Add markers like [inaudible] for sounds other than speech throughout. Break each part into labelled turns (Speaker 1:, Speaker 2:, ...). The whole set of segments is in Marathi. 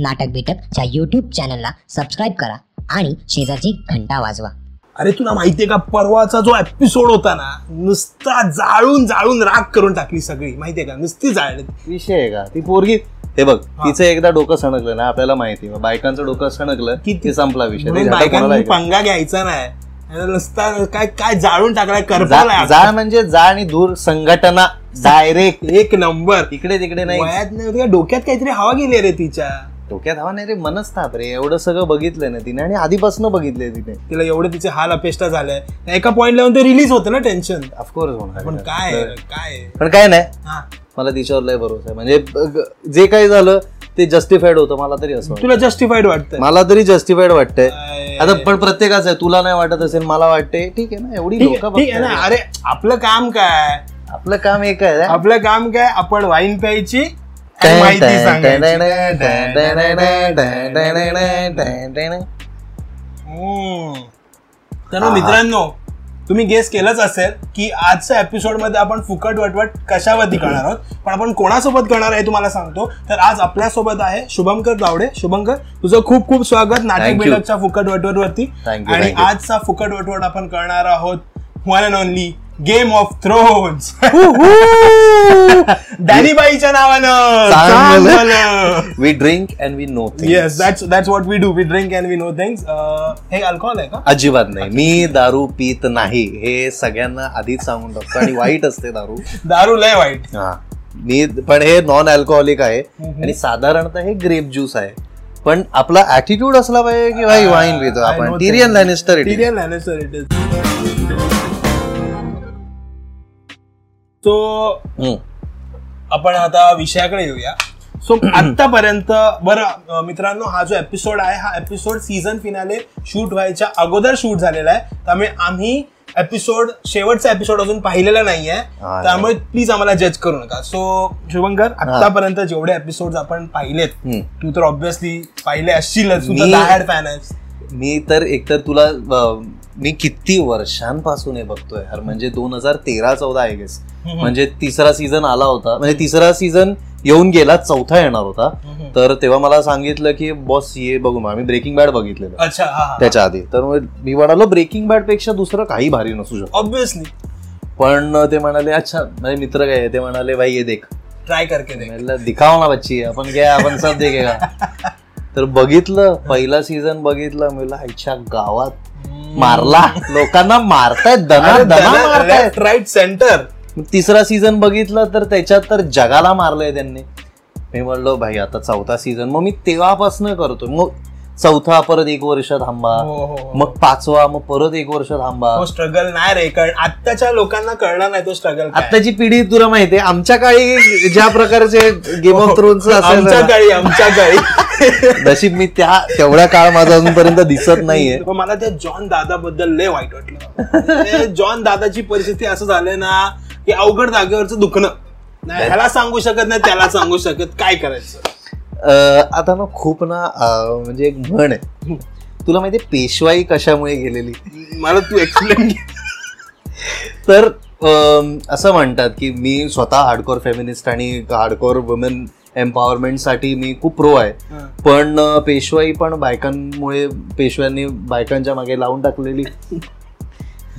Speaker 1: नाटक बिटकच्या यूट्यूब चॅनलला सबस्क्राईब करा आणि शेजारची घंटा वाजवा
Speaker 2: अरे तुला माहितीये का परवाचा जो एपिसोड होता ना नुसता जाळून जाळून राग करून टाकली सगळी माहितीये का नुसती जाळली
Speaker 3: विषय आहे का ती पोरगी हे बघ तिचं एकदा डोकं सणकलं ना आपल्याला माहिती आहे. बायकांचं डोकं सणकलं की
Speaker 2: किती-
Speaker 3: ते संपला विषय
Speaker 2: म्हणून
Speaker 3: ते आता कोणाला
Speaker 2: बायकांनी
Speaker 3: ऐकायचं?
Speaker 2: पंगा घ्यायचा नाही आणि नुसता काय काय जाळून टाकलाय
Speaker 3: जा- जा
Speaker 2: करपाला
Speaker 3: म्हणजे जा आणि दूर संघटना डायरेक्ट
Speaker 2: एक नंबर
Speaker 3: इकडे तिकडे नाही
Speaker 2: वयात नाही होत का? डोक्यात काहीतरी हवा गेली रे तिच्या
Speaker 3: डोक्यात हवा नाही रे मनस्ताप रे एवढं सगळं बघितलंय ना तिने आणि आधीपासून बघितलंय तिने
Speaker 2: तिला एवढे तिचे हाल अपेष्टा झाले एका पॉइंटला ते रिलीज होतं ना टेन्शन
Speaker 3: ऑफकोर्स
Speaker 2: पण
Speaker 3: होणार
Speaker 2: काय आहे रे, काय आहे?
Speaker 3: पण काय नाही
Speaker 2: हा.
Speaker 3: मला तिच्यावर लय भरोसा आहे म्हणजे ब- जे काही झालं ते जस्टिफाईड होतं मला तरी असं वाटतं.
Speaker 2: तुला जस्टिफाईड वाटतं
Speaker 3: मला तरी जस्टिफाईड वाटतंय
Speaker 2: अय-
Speaker 3: आता पण प्रत्येकाचं आहे तुला नाही वाटत असेल मला वाटते ठीक आहे ना एवढी
Speaker 2: ठीक
Speaker 3: लोक
Speaker 2: आहे ठीक आहे ना अरे आपलं काम काय
Speaker 3: आपलं काम एक आहे
Speaker 2: आपलं काम काय आपण वाईन प्यायची आणि माहिती सांगायची
Speaker 3: अरे
Speaker 2: हम्म. तर मित्रांनो तुम्ही गेस केलंच असेल की आजच्या एपिसोड मध्ये आपण फुकट वटवट कशावरती करणार आहोत पण आपण कोणासोबत करणार आहे तुम्हाला सांगतो तर आज आपल्यासोबत आहे शुभंकर दावडे शुभंकर तुझं खूप खूप स्वागत नाटक
Speaker 3: Thank you.
Speaker 2: बिलकच्या फुकट वटवट वरती
Speaker 3: Thank you,
Speaker 2: आणि
Speaker 3: thank you.
Speaker 2: आजचा फुकट वटवट आपण करणार आहोत one and only game of thrones डॅनीबाईच्या नावानं
Speaker 3: चांगलं.
Speaker 2: चांगलं.
Speaker 3: We drink and we know
Speaker 2: yes that's that's what we do we drink and we know things Uh, हे अल्कोहोल आहे का
Speaker 3: अजिबात नाही मी दारू पित नाही हे सगळ्यांना आधीच सांगून टाकतो आणि वाईट असते दारू
Speaker 2: दारू लय वाईट
Speaker 3: हा मी पण हे नॉन अल्कोहोलिक आहे आणि साधारणतः हे ग्रेप ज्यूस आहे पण आपला ऍटिट्यूड असला पाहिजे की भाई वाईन पितो आपण Tyrion Lannister
Speaker 2: Tyrion Lannister it is so आपण आता विषयाकडे येऊया
Speaker 3: [clears throat]
Speaker 2: सो आतापर्यंत बरं अं, मित्रांनो हा जो एपिसोड आहे हा एपिसोड सीझन फिनाले शूट व्हायच्या अगोदर शूट झालेला आहे त्यामुळे आम्ही एपिसोड शेवटचा एपिसोड अजून पाहिलेला नाहीये
Speaker 3: हा,
Speaker 2: त्यामुळे प्लीज आम्हाला जज करू नका सो शुभंकर आतापर्यंत जेवढे एपिसोड आपण पाहिलेत
Speaker 3: हम्म.
Speaker 2: तू तर ऑब्विसली पाहिले असशीलच तू
Speaker 3: मी-
Speaker 2: तर फॅन आहेस
Speaker 3: मी तर एकतर तुला अ, मी किती वर्षांपासून हे बघतोय यार म्हणजे दोन हजार तेरा चौदा आय गेस
Speaker 2: हम्म.
Speaker 3: म्हणजे तिसरा सीझन आला होता म्हणजे तिसरा सीझन येऊन गेला चौथा येणार होता
Speaker 2: हम्म.
Speaker 3: तर तेव्हा मला सांगितलं की बॉस ये बघू मग आम्ही ब्रेकिंग बॅड बघितलेलं
Speaker 2: अच्छा हा हा
Speaker 3: त्याच्या आधी तर मग मी म्हणालो ब्रेकिंग बॅड पेक्षा दुसरं काही भारी नसू शकत
Speaker 2: ऑब्विसली
Speaker 3: पण ते म्हणाले अच्छा म्हणजे मित्र काय आहे? ते म्हणाले भाई ये देख
Speaker 2: ट्राय करके देख
Speaker 3: म्हणलं, दिखाव ना बच्ची आपण घ्या आपण सब
Speaker 2: [laughs]
Speaker 3: देखेगा तर बघितलं पहिला सीझन बघितलं मला आईच्या गावात मारला लोकांना मारतायत दना दना मारतायत
Speaker 2: लेफ्ट राईट सेंटर
Speaker 3: मग तिसरा सीझन बघितला तर त्याच्यात तर जगाला मारलंय त्यांनी मी म्हणलो भाई आता चौथा सीझन मग मी तेव्हापासनं करतो मग चौथा परत एक वर्ष थांबा
Speaker 2: हो, हो, हो.
Speaker 3: मग पाचवा मग परत एक वर्ष थांबा
Speaker 2: तो स्ट्रगल नाही रे कारण आत्ताच्या लोकांना कळणार नाही तो स्ट्रगल
Speaker 3: आताची पिढी तुला माहितीये आमच्या काळी ज्या प्रकारचे गेम ऑफ थ्रोन्स
Speaker 2: हो, आमच्या
Speaker 3: असेल
Speaker 2: काळी आमच्या काळी
Speaker 3: नशीब मी त्या तेवढ्या काळ माझा अजूनपर्यंत दिसत [laughs] नाहीये
Speaker 2: [laughs] पण मला त्या जॉन दादा बद्दल लय वाईट वाटलं ते जॉन दादाची परिस्थिती असं झालंय ना की अवघड जागेवरचं दुखणं नाही ह्याला सांगू शकत नाही त्याला सांगू शकत काय करायचं
Speaker 3: अं, आता ना खूप ना अं, म्हणजे एक म्हण आहे तुला माहितीये पेशवाई कशामुळे गेलेली
Speaker 2: मला तू
Speaker 3: [laughs]
Speaker 2: एक्सप्लेन
Speaker 3: तर अम, असं म्हणतात की मी स्वतः हार्डकोर फेमिनिस्ट आणि हार्डकोर वुमेन एम्पॉवरमेंटसाठी मी खूप प्रो आहे पण अ, पेशवाई पण बायकांमुळे पेशव्यांनी बायकांच्या मागे लावून टाकलेली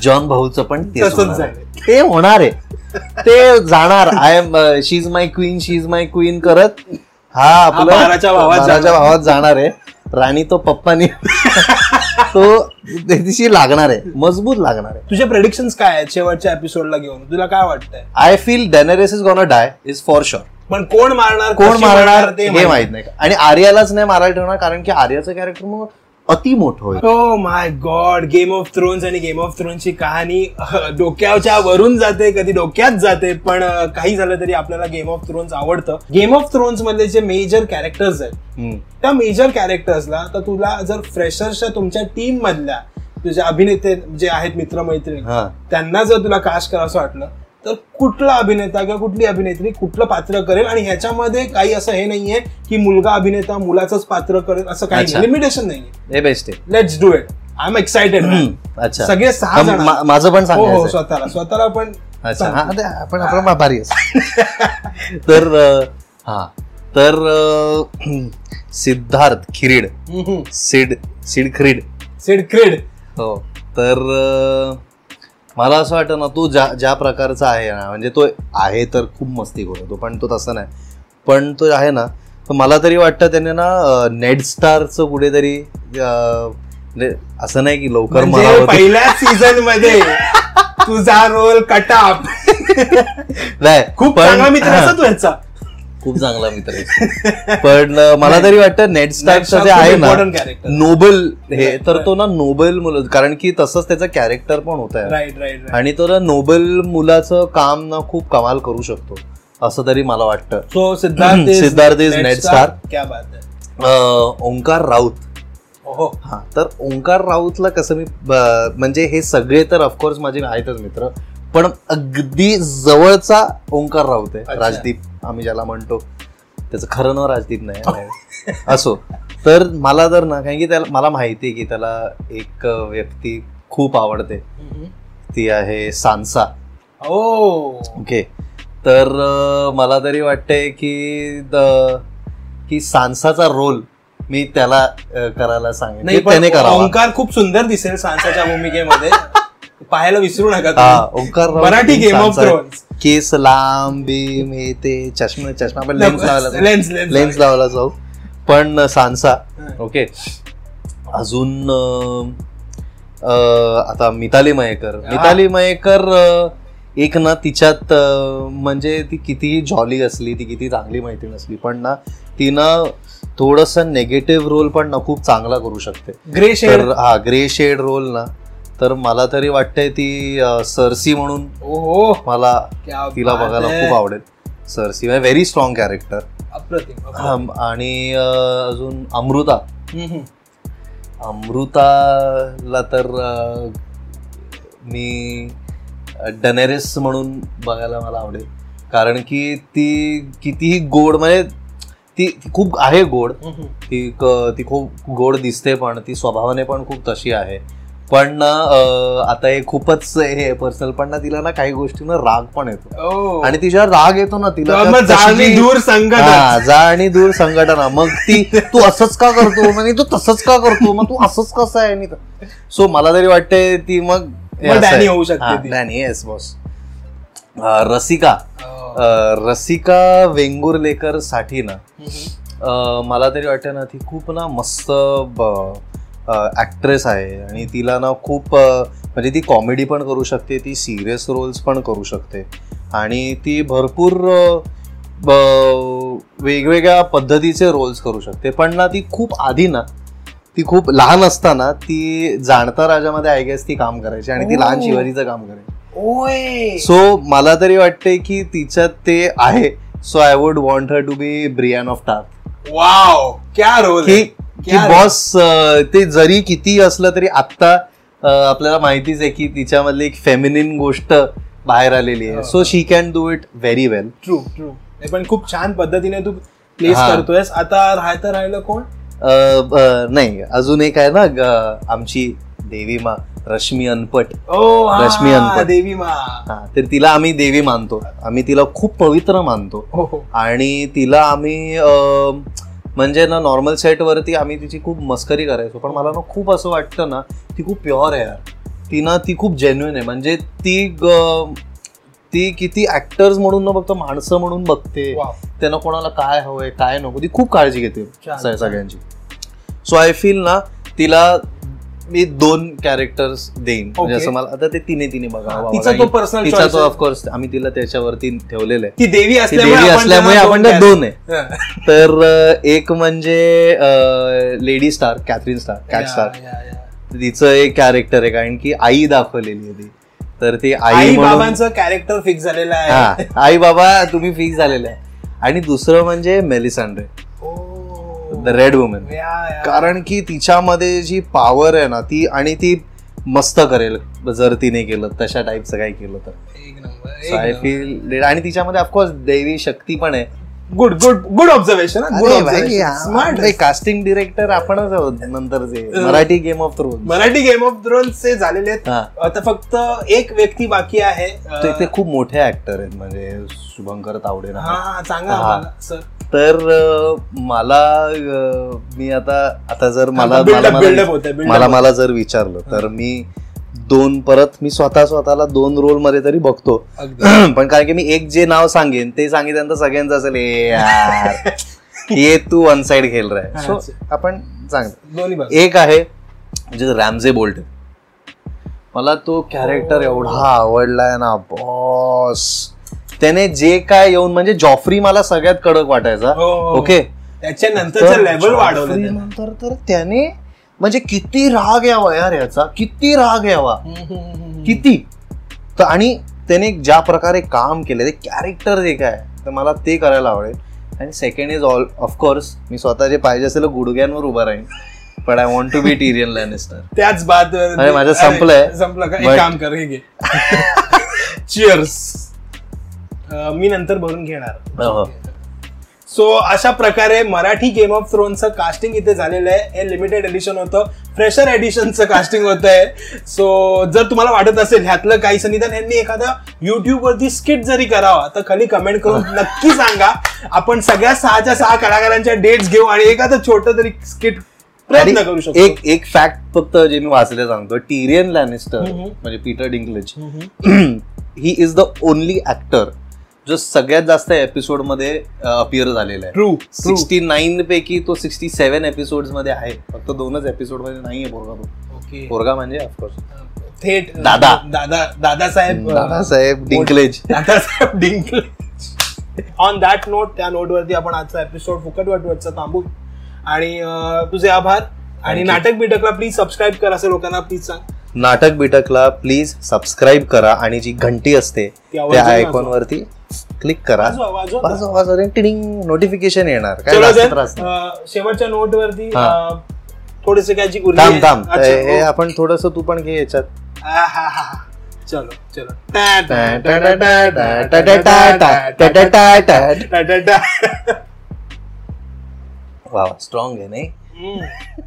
Speaker 3: जॉन भाऊचं पण तेच
Speaker 2: तसंच
Speaker 3: होणार आहे.
Speaker 2: झालं.
Speaker 3: ते होणार आहे ते जाणार I am she is my queen she is my queen करत हा आपलं
Speaker 2: बाराच्या भावात
Speaker 3: बाराच्या
Speaker 2: जाणार.
Speaker 3: भावात जाणार आहे राणी तो पप्पानी [laughs] तो त्याच्याशी लागणार आहे मजबूत लागणार आहे
Speaker 2: तुझे प्रेडिक्शन काय आहेत शेवटच्या एपिसोडला घेऊन तुला काय वाटतंय
Speaker 3: I feel Daenerys is gonna die is for sure
Speaker 2: पण कोण मारणार
Speaker 3: कोण
Speaker 2: कशी
Speaker 3: मारणार ते
Speaker 2: माहित
Speaker 3: माहित नाही आणि आर्यालाच नाही मारायला ठेवणार कारण की आर्याचं कॅरेक्टर मग अति मोठं होईल
Speaker 2: oh my god game of thrones आणि गेम ऑफ थ्रोन्सची कहाणी अह, डोक्याच्या वरून जाते कधी डोक्यात जाते पण अह, काही झालं तरी आपल्याला गेम ऑफ थ्रोन्स आवडतं गेम ऑफ थ्रोन्स मधले जे मेजर कॅरेक्टर्स आहेत
Speaker 3: हम्म.
Speaker 2: त्या मेजर कॅरेक्टर्सला तर तुला जर फ्रेशर्सच्या तुमच्या टीम मधल्या तुझे अभिनेते जे आहेत मित्रमैत्रिणी
Speaker 3: हा.
Speaker 2: त्यांना जर तुला कास्ट करावं वाटलं तर कुठला अभिनेता किंवा कुठली अभिनेत्री कुठलं पात्र करेल आणि ह्याच्यामध्ये काही असं हे नाहीये की मुलगा अभिनेता मुलाचंच पात्र करेल असं काही
Speaker 3: अच्छा.
Speaker 2: लिमिटेशन नाहीये
Speaker 3: हे बेस्ट आहे
Speaker 2: let's do it I am excited
Speaker 3: hmm. अच्छा
Speaker 2: सगळे सहा
Speaker 3: हा,
Speaker 2: जण
Speaker 3: मा- माझं पण
Speaker 2: हो हो
Speaker 3: सांगायचं
Speaker 2: स्वतःला स्वतःला पण
Speaker 3: [laughs] अच्छा हा, ते आपण आपण आभारी आहे. तर अ, हा तर अं, [clears throat] सिद्धार्थ खिरीड
Speaker 2: हम्म.
Speaker 3: सिड सिड खिरीड
Speaker 2: सिडक्रीड
Speaker 3: हो तर अं, मला असं वाटतं ना तो ज्या ज्या प्रकारचा आहे ना म्हणजे तो आहे तर खूप मस्ती करतो पण तो तसा नाही पण तो आहे ना तर मला तरी वाटतं त्याने ना अं, नेट स्टारचं कुठेतरी अं, म्हणजे असं नाही की लवकर मला
Speaker 2: म्हणजे पहिल्या सीझन मध्ये तुझा रोल कटाप
Speaker 3: नाही
Speaker 2: खूप
Speaker 3: पण-
Speaker 2: चांगला मित्र
Speaker 3: हा.
Speaker 2: असा तू याचा
Speaker 3: खूप चांगला मित्र
Speaker 2: [laughs]
Speaker 3: आहे. पण अं, मला तरी वाटतं नेट स्टार्कचं जे आहे ना
Speaker 2: इम्पॉर्टंट कॅरेक्टर
Speaker 3: नोबल हे तर तो ना नोबल मुलं कारण की तसंच त्याचं कॅरेक्टर पण होत आहे
Speaker 2: राईट राईट राईट
Speaker 3: आणि तो ना नोबल मुलाचं काम ना खूप कमाल करू शकतो असं तरी मला वाटतं
Speaker 2: so Siddharth is-
Speaker 3: Siddharth is
Speaker 2: Ned
Speaker 3: Ned
Speaker 2: Stark.
Speaker 3: Stark.
Speaker 2: क्या बात है Oh,
Speaker 3: अं, ओंकार राऊत
Speaker 2: ओहो
Speaker 3: हा तर ओंकार राऊतला कसं मी ब- म्हणजे हे सगळे तर ऑफकोर्स माझे आहेतच मित्र पण अगदी जवळचा ओंकार राऊत आहे
Speaker 2: अच्छा.
Speaker 3: राजदीप आम्ही ज्याला म्हणतो त्याचं खरं नाव राजदीप नाही आहे. असो तर मला तर ना कारण की त्याला मला माहिती आहे की त्याला एक व्यक्ती खूप आवडते ती आहे सांसा
Speaker 2: ओ
Speaker 3: ओके तर अं, मला तरी वाटते की द- की सांसाचा रोल मी त्याला अं, करायला सांगेन
Speaker 2: नाही
Speaker 3: की
Speaker 2: पण
Speaker 3: त्याने करावा
Speaker 2: ओंकार खूप सुंदर दिसेल सांसाच्या भूमिकेमध्ये पाहायला विसरू नका
Speaker 3: हा
Speaker 2: तुम्ही.
Speaker 3: ओंकार राऊत
Speaker 2: मराठी
Speaker 3: आणि
Speaker 2: गेम ऑफ
Speaker 3: सांसा.
Speaker 2: थ्रोन्स
Speaker 3: केस लांब बीम हे ते चष्मा चष्मा पण लेन्स
Speaker 2: [laughs]
Speaker 3: लावला जाऊ.
Speaker 2: लेन्स
Speaker 3: लेन्स लावला जाऊ पण सांसा ओके अजून अं, अं, आता मिताली मयेकर
Speaker 2: हा.
Speaker 3: मिताली मयेकर अं, एक ना तिच्यात अं, म्हणजे ती कितीही जॉली असली ती किती चांगली मैत्रीण असली पण ना ती ना थोडंसं नेगेटिव्ह रोल पण ना खूप चांगला करू शकते
Speaker 2: ग्रे शेड
Speaker 3: तर हा ग्रे शेड रोल ना तर मला तरी वाटतंय ती अं, सरसी म्हणून
Speaker 2: ओहो
Speaker 3: मला
Speaker 2: क्या
Speaker 3: तिला
Speaker 2: बात
Speaker 3: बघायला
Speaker 2: है.
Speaker 3: खूप आवडेल सरसी म्हणजे व्हेरी स्ट्रॉंग कॅरेक्टर
Speaker 2: अप्रतिम अप्रतिम.
Speaker 3: आणि अं, अजून अमृता
Speaker 2: हम्म, हम्म.
Speaker 3: अमृताला तर अं, मी डनेरेस म्हणून बघायला मला आवडेल कारण की ती कितीही गोड म्हणजे ती ती खूप आहे गोड
Speaker 2: हम्म, हम्म.
Speaker 3: ती क- ती खूप गोड दिसते पण ती स्वभावाने पण खूप तशी आहे पण ना अं, आता हे खूपच हे पर्सनल पण ना तिला ना काही गोष्टींना राग पण येतो
Speaker 2: ओ.
Speaker 3: आणि तिच्यावर राग येतो ना तिला
Speaker 2: मग
Speaker 3: त्या
Speaker 2: जाळणी
Speaker 3: तशी-
Speaker 2: दूर संगत
Speaker 3: हा, जा आणि दूर संघटना मग ती तू असंच का करतो म्हणजे तू तसंच का करतो मग तू असंच कसं आहे सो मला तरी वाटते ती मग हे
Speaker 2: मग
Speaker 3: असं आहे.
Speaker 2: डॅनी होऊ शकते
Speaker 3: हा,
Speaker 2: ती.
Speaker 3: डॅनी येस बॉस रसिका अं, रसिका वेंगुर्लेकर साठी ना अं, मला तरी वाटते ना ती खूप ना मस्त ॲक्ट्रेस आहे आणि तिला ना खूप अं, म्हणजे ती कॉमेडी पण करू शकते ती सिरियस रोल्स पण करू शकते आणि ती भरपूर अं, ब- वेगवेगळ्या पद्धतीचे रोल्स करू शकते पण ना ती खूप आधी ना ती खूप लहान असताना ती जाणता राजामध्ये आय गेस ती काम करायची आणि ती लहान
Speaker 2: Oh.
Speaker 3: शिवारीचं काम करायची
Speaker 2: ओय
Speaker 3: सो मला तरी वाटते की तिच्यात ते आहे so I would want her to be Brienne of Tarth
Speaker 2: wow क्या रोल
Speaker 3: की की
Speaker 2: क्या रे?
Speaker 3: बॉस ते जरी किती असलं तरी आत्ता अं, आपल्याला माहितीच आहे की तिच्यामधली एक फेमिनिन गोष्ट बाहेर आलेली आहे
Speaker 2: हा,
Speaker 3: so she can do it very well
Speaker 2: true true पण खूप छान पद्धतीने तू प्लेस
Speaker 3: हा.
Speaker 2: करतोयस आता राहता राहिलं कोण
Speaker 3: नाही अजून एक आहे ना ग- आमची देवी मा रश्मी अनपट
Speaker 2: ओ हा,
Speaker 3: रश्मी अनपत.
Speaker 2: देवी मा
Speaker 3: हा तर तिला आम्ही देवी मानतो आम्ही तिला खूप पवित्र मानतो
Speaker 2: हो हो
Speaker 3: आणि तिला आम्ही अ, म्हणजे ना नॉर्मल सेटवरती आम्ही तिची खूप मस्करी करायचो पण मला ना खूप असं वाटतं ना ती खूप प्युअर आहे यार ती ना ती खूप जेन्युइन आहे म्हणजे ती ग- ती किती ऍक्टर्स म्हणून ना फक्त माणसं म्हणून बघते
Speaker 2: वाव.
Speaker 3: त्यांना कोणाला काय हवंय काय नको ती खूप काळजी घेते
Speaker 2: छान.
Speaker 3: स- सगळ्यांची सो आय फील ना तिला मी दोन कॅरेक्टर्स देईन म्हणजे
Speaker 2: Okay.
Speaker 3: असं मला आता ते तिने तिने
Speaker 2: हा,
Speaker 3: बघा
Speaker 2: तिचा तो personal
Speaker 3: तिचा
Speaker 2: choice
Speaker 3: तो
Speaker 2: आहे.
Speaker 3: ऑफकोर्स आम्ही तिला त्याच्यावरती ठेवलेलं आहे
Speaker 2: ती देवी
Speaker 3: ती
Speaker 2: असल्यामुळे
Speaker 3: देवी
Speaker 2: आपण
Speaker 3: असल्यामुळे
Speaker 2: त्यांना
Speaker 3: आपण
Speaker 2: दोन
Speaker 3: त्या दोन आहे
Speaker 2: cast- हा.
Speaker 3: तर अ, एक म्हणजे lady star Catherine star cat
Speaker 2: या,
Speaker 3: स्टार
Speaker 2: या, या.
Speaker 3: तिचं एक कॅरेक्टर आहे कारण की आई दाखवलेली आहे ती तर ती आई
Speaker 2: आई
Speaker 3: म्हणून
Speaker 2: बाबांचं कॅरेक्टर फिक्स झालेलं
Speaker 3: हा
Speaker 2: आहे
Speaker 3: आई बाबा तुम्ही फिक्स झालेले आहे आणि दुसरं म्हणजे Melisandre
Speaker 2: oh.
Speaker 3: The red women
Speaker 2: या, या.
Speaker 3: कारण की तिच्यामध्ये जी पॉवर आहे ना ती आणि ती मस्त करेल जर तिने केलं तशा टाईपचं काही केलं तर
Speaker 2: एक नंबर
Speaker 3: आय
Speaker 2: एक
Speaker 3: फील आणि तिच्यामध्ये ऑफकोर्स देवी शक्ती पण आहे
Speaker 2: good good good observation smart
Speaker 3: smart casting director आपणच आहोत नंतर जे Marathi game of throne
Speaker 2: Marathi game of थ्रोन्सचे झालेले आहेत
Speaker 3: हा
Speaker 2: आता फक्त एक व्यक्ती बाकी आहे अं,
Speaker 3: ते- ते खूप मोठे ऍक्टर आहेत म्हणजे शुभंकर तावडे
Speaker 2: हा
Speaker 3: ना
Speaker 2: हा, सांगा
Speaker 3: हा.
Speaker 2: सर
Speaker 3: तर अं, मला अं, मी आता आता जर मला
Speaker 2: build up,
Speaker 3: मला-
Speaker 2: build up
Speaker 3: मला
Speaker 2: होतंय, build
Speaker 3: मला
Speaker 2: up
Speaker 3: मला जर विचारलं तर मी दोन परत मी स्वतः स्वतःला दोन रोल मध्ये तरी बघतो [clears throat]
Speaker 2: अगदी.
Speaker 3: पण कारण की मी एक जे नाव सांगेन ते सांगितल्यानंतर सगळ्यांचं असेल
Speaker 2: [laughs]
Speaker 3: "ए यार, ये तू वन साइड खेळ रहा
Speaker 2: हा,
Speaker 3: सो
Speaker 2: अच्छा.
Speaker 3: आपण सांगतो
Speaker 2: दोन्ही बाजू
Speaker 3: एक आहे म्हणजे रॅमझे बोल्ट मला तो कॅरेक्टर एवढा आवडलाय ना बॉस त्याने जे काय येऊन म्हणजे जॉफ्री मला सगळ्यात कडक वाटायचा
Speaker 2: हो, हो, हो.
Speaker 3: ओके
Speaker 2: त्याच्या नंतरचं
Speaker 3: तर
Speaker 2: लेवल वाढवलं
Speaker 3: जॉफ्री
Speaker 2: त्याने.
Speaker 3: नंतर तर त्याने म्हणजे किती राग यावा यार याचा किती राग यावा
Speaker 2: हम्म, हम्म, हम्म.
Speaker 3: किती तर आणि त्याने ज्या प्रकारे काम केले ते कॅरेक्टर जे काय तर मला ते करायला आवडेल आणि सेकंड इज ऑल ऑफकोर्स मी स्वतः जे पाहिजे असेल ते गुडघ्यांवर उभा राहीन but I want to be Tyrion Lannister
Speaker 2: त्याच बाद
Speaker 3: अरे, माझं संपलंय.
Speaker 2: संपलं का एक
Speaker 3: But-
Speaker 2: काम कर हे घे [laughs] चिअर्स मी नंतर भरून
Speaker 3: हो.
Speaker 2: घेणार सो अशा प्रकारे मराठी गेम ऑफ थ्रोनचं कास्टिंग इथे झालेलं आहे हे लिमिटेड एडिशन होतं फ्रेशर एडिशनचं कास्टिंग होत आहे सो जर तुम्हाला वाटत असेल ह्यातलं काही सनिधान यांनी एखादा YouTube वरती स्किट जरी करावा तर खाली कमेंट करून नक्की सांगा आपण सगळ्या सहाच्या सहा कलाकारांच्या डेट्स घेऊ आणि एखादं छोटं तरी स्किट प्रयत्न करू शकतो
Speaker 3: एक एक फॅक्ट फक्त जे मी वाचले सांगतो टिरियन लॅनिस्टर
Speaker 2: हम्म.
Speaker 3: म्हणजे Peter [clears throat] Dinklage
Speaker 2: hmm.
Speaker 3: He is the only actor जो सगळ्यात जास्त एपिसोड मध्ये अपिअर झालेला आहे
Speaker 2: ट्रू ट्रू
Speaker 3: सिक्स्टी नाईन पैकी तो सिक्स्टी सेव्हन एपिसोड मध्ये आहे फक्त दोनच एपिसोड मध्ये नाही आहे पोरगा तो.
Speaker 2: ओके
Speaker 3: पोरगा म्हणजे ऑफकोर्स
Speaker 2: थेट
Speaker 3: दादा.
Speaker 2: दादा दादासाहेब अं,
Speaker 3: Dadasaheb Dinklage
Speaker 2: [laughs] Dadasaheb Dinklage on that note त्या नोटवरती आपण आजचा एपिसोड फुकट वाटवटचा थांबू आणि अं, तुझे आभार आणि
Speaker 3: you.
Speaker 2: नाटक बिटकला प्लीज सबस्क्राईब कर असं लोकांना प्लीज सांग
Speaker 3: नाटक बिटकला प्लीज सबस्क्राईब करा आणि जी घंटी असते
Speaker 2: ती आवाज
Speaker 3: त्या
Speaker 2: वाजवा.
Speaker 3: आयकॉन वरती क्लिक करा
Speaker 2: वाजवा, वाजवा.
Speaker 3: वाजवा, वाजवा. आणि टिडिंग नोटिफिकेशन येणार काय
Speaker 2: चला
Speaker 3: जास्त
Speaker 2: then,
Speaker 3: त्रास नाही.
Speaker 2: अं, शेवटच्या नोटवरती
Speaker 3: हा.
Speaker 2: थोडेसे काय जी गुरुजी
Speaker 3: थांब थांब
Speaker 2: अच्छा,
Speaker 3: हे- हे
Speaker 2: हो.
Speaker 3: आपण थोडस तू पण घे याच्यात
Speaker 2: आ, हा, हा, हा. चलो चलो
Speaker 3: वा स्ट्रॉंग आहे नाही
Speaker 2: [laughs] हम्म.